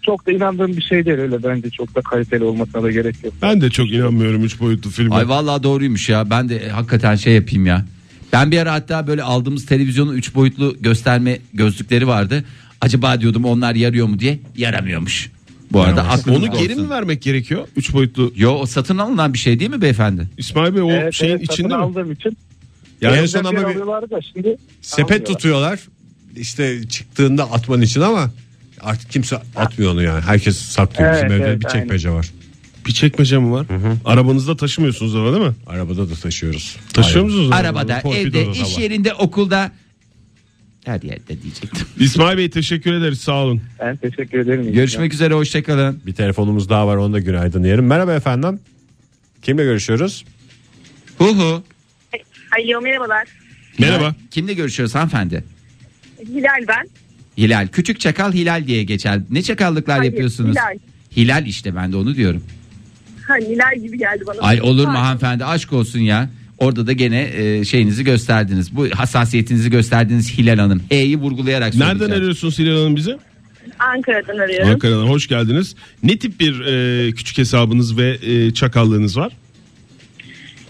S6: çok da inandığım bir şey değil öyle bence çok da kaliteli olmasına da gerek yok.
S4: Ben de çok inanmıyorum 3 boyutlu filme.
S5: Ay vallahi doğruymuş ya. Ben de hakikaten şey yapayım ya. Ben bir ara hatta böyle aldığımız televizyonun 3 boyutlu gösterme gözlükleri vardı. Acaba diyordum onlar yarıyor mu diye. Yaramıyormuş. Bu arada aklınızda
S4: Onu geri
S5: olsun.
S4: mi vermek gerekiyor? 3 boyutlu.
S5: Yo o satın alınan bir şey değil mi beyefendi?
S4: İsmail Bey o
S6: Evet,
S4: şeyin
S6: evet, satın
S4: içinde mi?
S6: aldığım için.
S3: Yani en
S6: Evden
S3: son
S6: bir
S3: ama bir
S6: alıyorlardı da şimdi
S3: sepet
S6: almıyorlar.
S3: tutuyorlar. İşte çıktığında atman için ama artık kimse atmıyor onu yani. Herkes saklıyor. Bizim
S6: Evet,
S3: evde
S6: evet,
S3: bir çekmece var.
S4: Bir çekmece mi var? Arabanızda taşımıyorsunuz ama değil mi?
S3: Arabada da taşıyoruz.
S4: Taşıyor
S3: Aynen.
S4: musunuz?
S5: Arabada,
S4: Torpidoda
S5: evde,
S4: da
S5: iş
S4: var.
S5: yerinde, okulda. Her yerde diyecektim.
S4: İsmail Bey teşekkür ederiz sağ olun.
S6: Ben teşekkür ederim.
S5: Görüşmek üzere hoşçakalın.
S3: Bir telefonumuz daha var onu da günaydın diyelim. Merhaba efendim. Kimle görüşüyoruz?
S5: Hu hu.
S7: Alo merhabalar.
S4: Merhaba.
S5: Kimle görüşüyoruz hanımefendi?
S7: Hilal ben.
S5: Hilal. Küçük çakal Hilal diye geçer. Ne çakallıklar
S7: Hayır,
S5: yapıyorsunuz?
S7: Hilal.
S5: Hilal işte ben de onu diyorum.
S7: Ha, Hilal gibi geldi bana.
S5: Ay olur mu
S7: Ha,
S5: hanımefendi aşk olsun ya. Orada da gene e, şeyinizi gösterdiniz. Bu hassasiyetinizi gösterdiniz Hilal Hanım. E'yi vurgulayarak
S4: Nereden
S5: söyleyeceğim.
S4: arıyorsunuz Hilal Hanım bizi?
S7: Ankara'dan arıyorum.
S4: Ankara'dan hoş geldiniz. Ne tip bir e, küçük hesabınız ve e, çakallığınız var?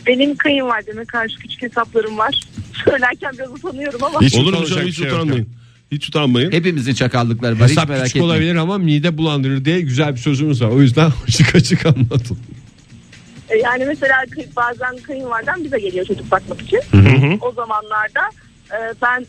S7: Benim kayınvalideme karşı küçük hesaplarım var. Söylerken biraz utanıyorum ama.
S3: Hiç
S4: Olur mu
S3: utanılacak
S4: canım
S3: bir
S4: hiç
S3: şey yok
S4: utanmayın. Hiç utanmayın.
S5: Hepimizin çakallıkları var.
S3: Hesap
S5: hiç merak
S3: küçük
S5: etmeyin.
S3: olabilir ama mide bulandırır diye güzel bir sözümüz var. O yüzden açık açık anlatın.
S7: E, Yani mesela kay- bazen kayınvalidem bize geliyor çocuk bakmak için. O zamanlarda e, ben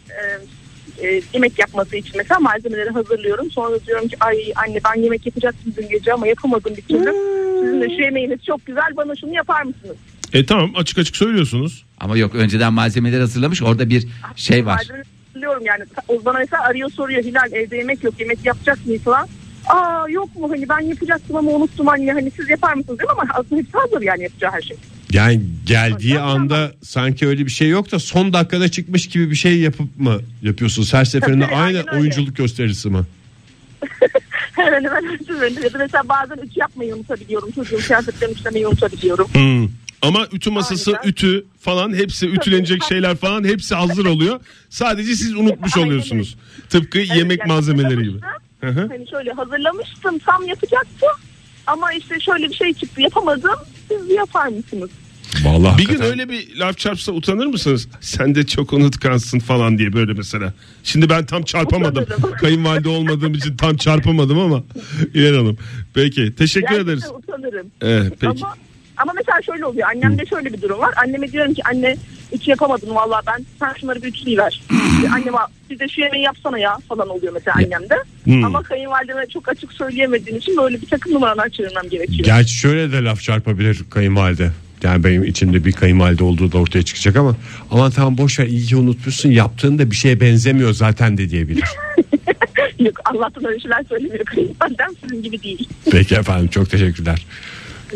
S7: e, e, yemek yapması için mesela malzemeleri hazırlıyorum. Sonra diyorum ki ay anne ben yemek yapacaktım dün gece ama yapamadım bir türlü. Sizin de şu yemeğiniz çok güzel bana şunu yapar mısınız?
S4: E tamam açık açık söylüyorsunuz.
S5: Ama yok önceden malzemeleri hazırlamış. Orada bir şey var.
S7: Malzemeleri Biliyorum yani o bana mesela arıyor soruyor Hilal evde yemek yok yemek yapacak mıyız falan. Aa yok mu hani ben yapacaktım ama unuttum anne hani siz yapar mısınız değil mi? ama aslında hepsi hazır yani yapacağı her şey.
S3: Yani geldiği
S7: Hocam,
S3: anda sanki öyle bir şey yok da son dakikada çıkmış gibi bir şey yapıp mı yapıyorsunuz? Her seferinde
S7: Tabii,
S3: aynı
S7: aynen öyle.
S3: oyunculuk gösterisi mi?
S7: Hemen hemen hepsi böyle. Ya da Mesela bazen ütü yapmayı unutabiliyorum. Çocuğun kıyafetlerini ütülemeyi unutabiliyorum.
S4: Hmm. Ama ütü masası,
S7: Aynen.
S4: ütü falan hepsi ütülenecek şeyler falan hepsi hazır oluyor. Sadece siz unutmuş
S7: Aynen
S4: oluyorsunuz. Tıpkı
S7: Evet,
S4: yemek
S7: Hani yani
S4: malzemeleri gibi. Hı hı.
S7: hazırlamıştım. Hani şöyle hazırlamıştım tam yapacaktım. Ama işte şöyle bir şey çıktı yapamadım. Siz yapar mısınız?
S3: Vallahi
S4: Bir gün öyle bir laf çarpsa utanır mısınız? Sen de çok unutkansın falan diye böyle mesela. Şimdi ben tam çarpamadım.
S7: Utanırım.
S4: Kayınvalide olmadığım için tam çarpamadım ama inanalım. Peki teşekkür
S7: Gerçekten
S4: ederiz.
S7: utanırım.
S4: Evet, peki.
S7: Ama, ama mesela şöyle oluyor. Annemde şöyle bir durum var. Anneme diyorum ki anne iki yapamadın valla ben. Sen şunları bir üçlüyü ver. İşte Anneme bir de şu yemeği yapsana ya falan oluyor mesela annemde. Ama kayınvalideme çok açık söyleyemediğim için böyle bir takım numaralar çevirmem gerekiyor.
S3: Gerçi şöyle de laf çarpabilir kayınvalide. Yani benim içimde bir kayınvalide olduğu da ortaya çıkacak ama aman tamam boş ver iyi ki unutmuşsun yaptığın da bir şeye benzemiyor zaten de diyebilir.
S7: Yok Allah'tan öyle şeyler söylemiyor kayınvalidem sizin gibi değil.
S3: Peki efendim çok teşekkürler.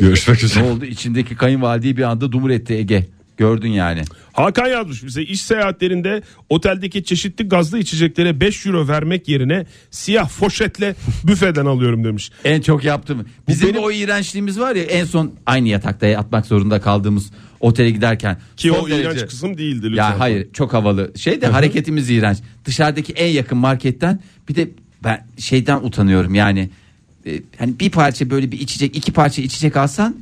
S3: Görüşmek
S5: Ne
S3: üzere.
S5: oldu? İçindeki kayınvalideyi bir anda dumur etti Ege. Gördün yani.
S4: Hakan yazmış bize iş seyahatlerinde oteldeki çeşitli gazlı içeceklere 5 euro vermek yerine siyah foşetle büfeden alıyorum demiş.
S5: En çok yaptım. Bizim
S4: benim-
S5: o iğrençliğimiz var ya en son aynı yatakta yatmak zorunda kaldığımız otele giderken.
S4: Ki
S5: Son
S4: o
S5: derece-
S4: iğrenç kısım değildi lütfen.
S5: Ya hayır çok havalı. Şey de hareketimiz iğrenç. Dışarıdaki en yakın marketten bir de ben şeyden utanıyorum yani. E, hani bir parça böyle bir içecek iki parça içecek alsan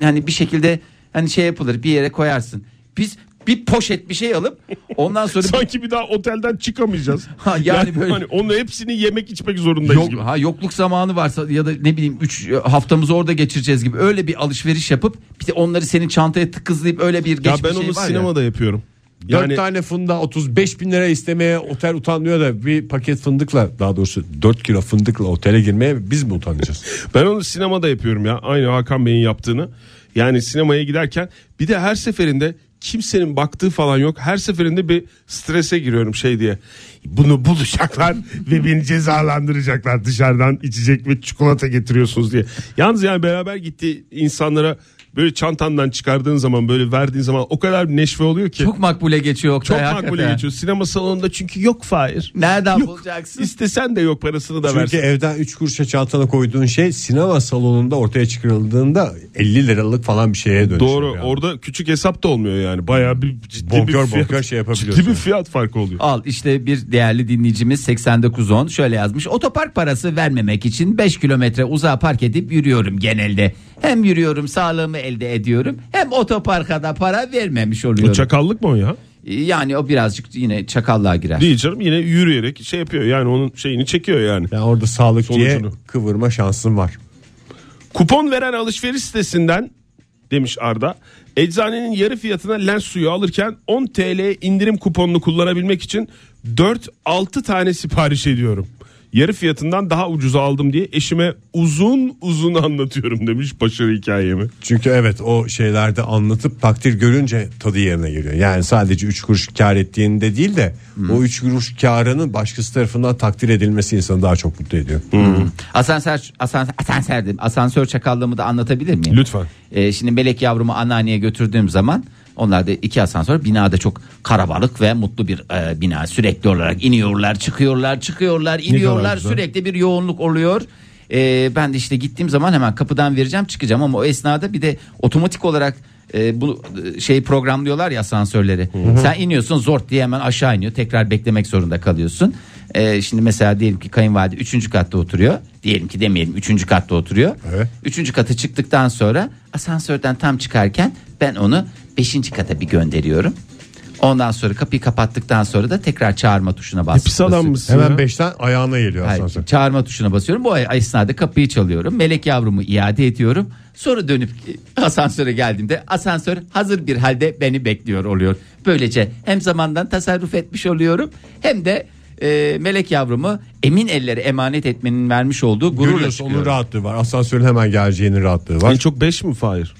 S5: yani bir şekilde hani şey yapılır bir yere koyarsın. Biz bir poşet bir şey alıp ondan sonra bir-
S4: Sanki bir daha otelden çıkamayacağız.
S5: Ha, yani böyle-
S4: hani onun hepsini yemek içmek zorundayız
S5: Yok,
S4: gibi.
S5: ha yokluk zamanı varsa ya da ne bileyim 3 haftamızı orada geçireceğiz gibi öyle bir alışveriş yapıp bir de onları senin çantaya tıkızlayıp öyle bir
S4: Ya
S5: geçmiş
S4: ben
S5: şey
S4: onu
S5: var
S4: sinemada yapıyorum.
S3: Dört
S4: Yani
S3: tane fındığa 35 bin lira istemeye otel utanıyor da bir paket fındıkla daha doğrusu 4 kilo fındıkla otele girmeye biz mi utanacağız?
S4: ben onu sinemada yapıyorum ya. Aynı Hakan Bey'in yaptığını. Yani sinemaya giderken bir de her seferinde kimsenin baktığı falan yok. Her seferinde bir strese giriyorum şey diye. Bunu bulacaklar ve beni cezalandıracaklar dışarıdan içecek ve çikolata getiriyorsunuz diye. Yalnız yani beraber gitti insanlara böyle çantandan çıkardığın zaman böyle verdiğin zaman o kadar bir neşve oluyor ki.
S5: ya. Çok makbule geçiyor Oktay
S4: Çok makbule
S5: hakikaten.
S4: geçiyor. Sinema salonunda çünkü yok Fahir.
S5: Nereden bulacaksın?
S4: İstesen de yok parasını da
S3: Çünkü
S4: versin.
S3: evden 3 kuruşa çantana koyduğun şey sinema salonunda ortaya çıkarıldığında 50 liralık falan bir şeye dönüşüyor.
S4: Doğru.
S3: yani.
S4: Orada küçük hesap da olmuyor yani. Bayağı bir ciddi
S3: Bonkör
S4: bir fiyat,
S3: bonkör şey yapabiliyorsun.
S4: ciddi bir fiyat farkı oluyor.
S5: Al işte bir değerli dinleyicimiz 8910 şöyle yazmış. Otopark parası vermemek için 5 kilometre uzağa park edip yürüyorum genelde. Hem yürüyorum sağlığımı elde ediyorum hem otoparka da para vermemiş oluyorum.
S4: Bu çakallık mı o ya?
S5: Yani o birazcık yine çakallığa girer.
S4: Değil canım yine yürüyerek şey yapıyor yani onun şeyini çekiyor yani.
S3: Yani orada sağlık diye
S4: Sonucunu.
S3: kıvırma şansın var.
S4: Kupon veren alışveriş sitesinden demiş Arda. Eczanenin yarı fiyatına lens suyu alırken 10 TL indirim kuponunu kullanabilmek için 4-6 tane sipariş ediyorum. Yarı fiyatından daha ucuza aldım diye eşime uzun uzun anlatıyorum demiş başarı hikayemi.
S3: Çünkü evet o şeylerde anlatıp takdir görünce tadı yerine geliyor. Yani sadece 3 kuruş kar ettiğinde değil de o 3 kuruş karının başkası tarafından takdir edilmesi insanı daha çok mutlu ediyor.
S5: Asansör, asansör, asansör, dedim. asansör çakallığımı da anlatabilir miyim?
S4: Lütfen.
S5: Ee, şimdi melek yavrumu anneanneye götürdüğüm zaman onlar da iki asansör binada çok karabalık ve mutlu bir e, bina sürekli olarak iniyorlar çıkıyorlar çıkıyorlar iniyorlar
S3: güzel.
S5: sürekli bir yoğunluk oluyor. Ee, ben de işte gittiğim zaman hemen kapıdan vereceğim çıkacağım ama o esnada bir de otomatik olarak e, bu e, şey programlıyorlar ya asansörleri. Sen iniyorsun zort diye hemen aşağı iniyor tekrar beklemek zorunda kalıyorsun. Ee, şimdi mesela diyelim ki kayınvalide üçüncü katta oturuyor. Diyelim ki demeyelim üçüncü katta oturuyor.
S3: Evet.
S5: Üçüncü kata çıktıktan sonra asansörden tam çıkarken ben onu beşinci kata bir gönderiyorum. Ondan sonra kapıyı kapattıktan sonra da tekrar çağırma tuşuna bas.
S4: Pis adammışsın ya.
S3: Hemen 5'ten ayağına geliyor
S5: Hayır,
S3: asansör.
S5: çağırma tuşuna basıyorum. Bu ay- esnada kapıyı çalıyorum. Melek yavrumu iade ediyorum. Sonra dönüp e, asansöre geldiğimde asansör hazır bir halde beni bekliyor oluyor. Böylece hem zamandan tasarruf etmiş oluyorum hem de e, melek yavrumu emin ellere emanet etmenin vermiş olduğu gururla
S3: Görüyorsun onun
S5: çıkıyorum.
S3: rahatlığı var. Asansörün hemen geleceğinin rahatlığı var.
S4: En çok 5 mi Fahir?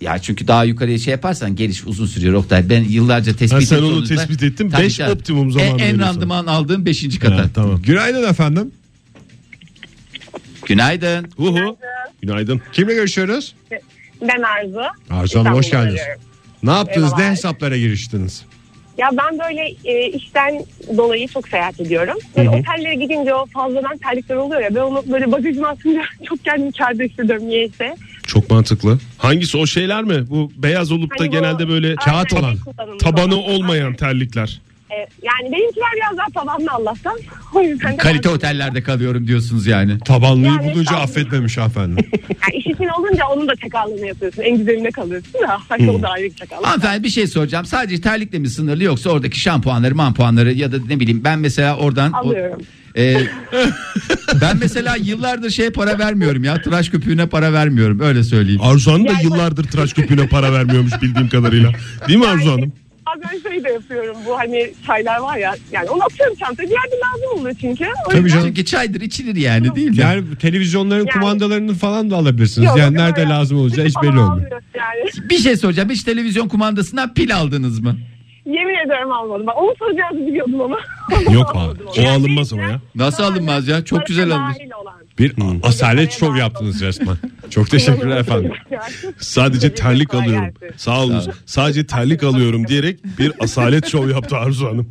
S5: Ya çünkü daha yukarıya şey yaparsan geliş uzun sürüyor Oktay. Ben yıllarca tespit
S4: Ha, sen
S5: ettim
S4: onu
S5: sonuçta-
S4: tespit ettin.
S5: Tabii
S4: Beş
S5: canım. E,
S4: optimum zamanı
S5: En, en
S4: veriyorsun.
S5: randıman aldığım 5. kata.
S4: tamam.
S3: Günaydın efendim.
S5: Günaydın.
S4: Uhu. Günaydın.
S3: Kimle görüşüyoruz?
S7: Ben Arzu.
S3: Arzu Hanım hoş
S7: İstanbul'da
S3: geldiniz.
S7: arıyorum.
S3: Ne yaptınız? Ne
S7: Merhabalar.
S3: hesaplara giriştiniz?
S7: Ya ben böyle e, işten dolayı çok seyahat ediyorum. Böyle otellere gidince o fazladan terlikler oluyor ya. Ben onu böyle bagajıma atınca çok kendimi kârda hissediyorum niyeyse.
S4: Çok mantıklı. Hangisi o şeyler mi? Bu beyaz olup da
S7: Hani bu-
S4: genelde böyle
S7: Aynen,
S4: kağıt olan,
S7: kullanımlı
S4: tabanı
S7: olan.
S4: olmayan terlikler.
S7: E, yani benimkiler biraz daha tabanlı Allah'tan. O yüzden de
S5: Kalite otellerde kalıyorum diyorsunuz yani.
S3: Tabanlıyı
S7: Yani
S3: bulunca
S7: tam-
S3: affetmemiş hanımefendi.
S7: Yani iş için olunca onun da çakallığını yapıyorsun. En güzeline kalıyorsun da. Hani o da ayrı bir çakallık.
S5: Hanımefendi bir şey soracağım. Sadece terlikle mi sınırlı yoksa oradaki şampuanları, mampuanları ya da ne bileyim ben mesela oradan o-
S7: Alıyorum.
S5: Ee, ben mesela yıllardır şeye para vermiyorum ya. Tıraş köpüğüne para vermiyorum öyle söyleyeyim.
S4: Arzu Hanım da
S7: Yani-
S4: yıllardır tıraş köpüğüne para vermiyormuş bildiğim kadarıyla. Değil mi Arzu Hanım?
S7: Bazen şey de yapıyorum bu hani çaylar var ya. Yani onu atıyorum çantaya. Bir yerde lazım oluyor çünkü. O
S3: Tabii canım.
S5: Çünkü çaydır içilir yani değil mi?
S3: Yani televizyonların
S7: Yani-
S3: kumandalarını falan da alabilirsiniz.
S7: Yok,
S3: yani
S7: o kadar
S3: nerede
S7: ya.
S3: lazım olacağı hiç
S7: Ama
S3: belli olmuyor.
S7: almıyoruz Yani.
S5: Bir şey soracağım. Hiç televizyon kumandasından pil aldınız mı?
S7: Yemin ediyorum almadım. Ben onu soracağını biliyordum ama.
S3: Yok abi,
S7: Almadım.
S4: O alınmaz ama ya.
S5: Nasıl alınmaz ya? Çok güzel alınmış.
S7: Dahil olan.
S3: Bir asalet şov yaptınız resmen. Çok teşekkürler efendim.
S4: Sadece terlik
S7: Kolay
S4: alıyorum.
S7: gelsin.
S4: Sağ olun. Sadece terlik alıyorum diyerek bir asalet şov yaptı Arzu Hanım.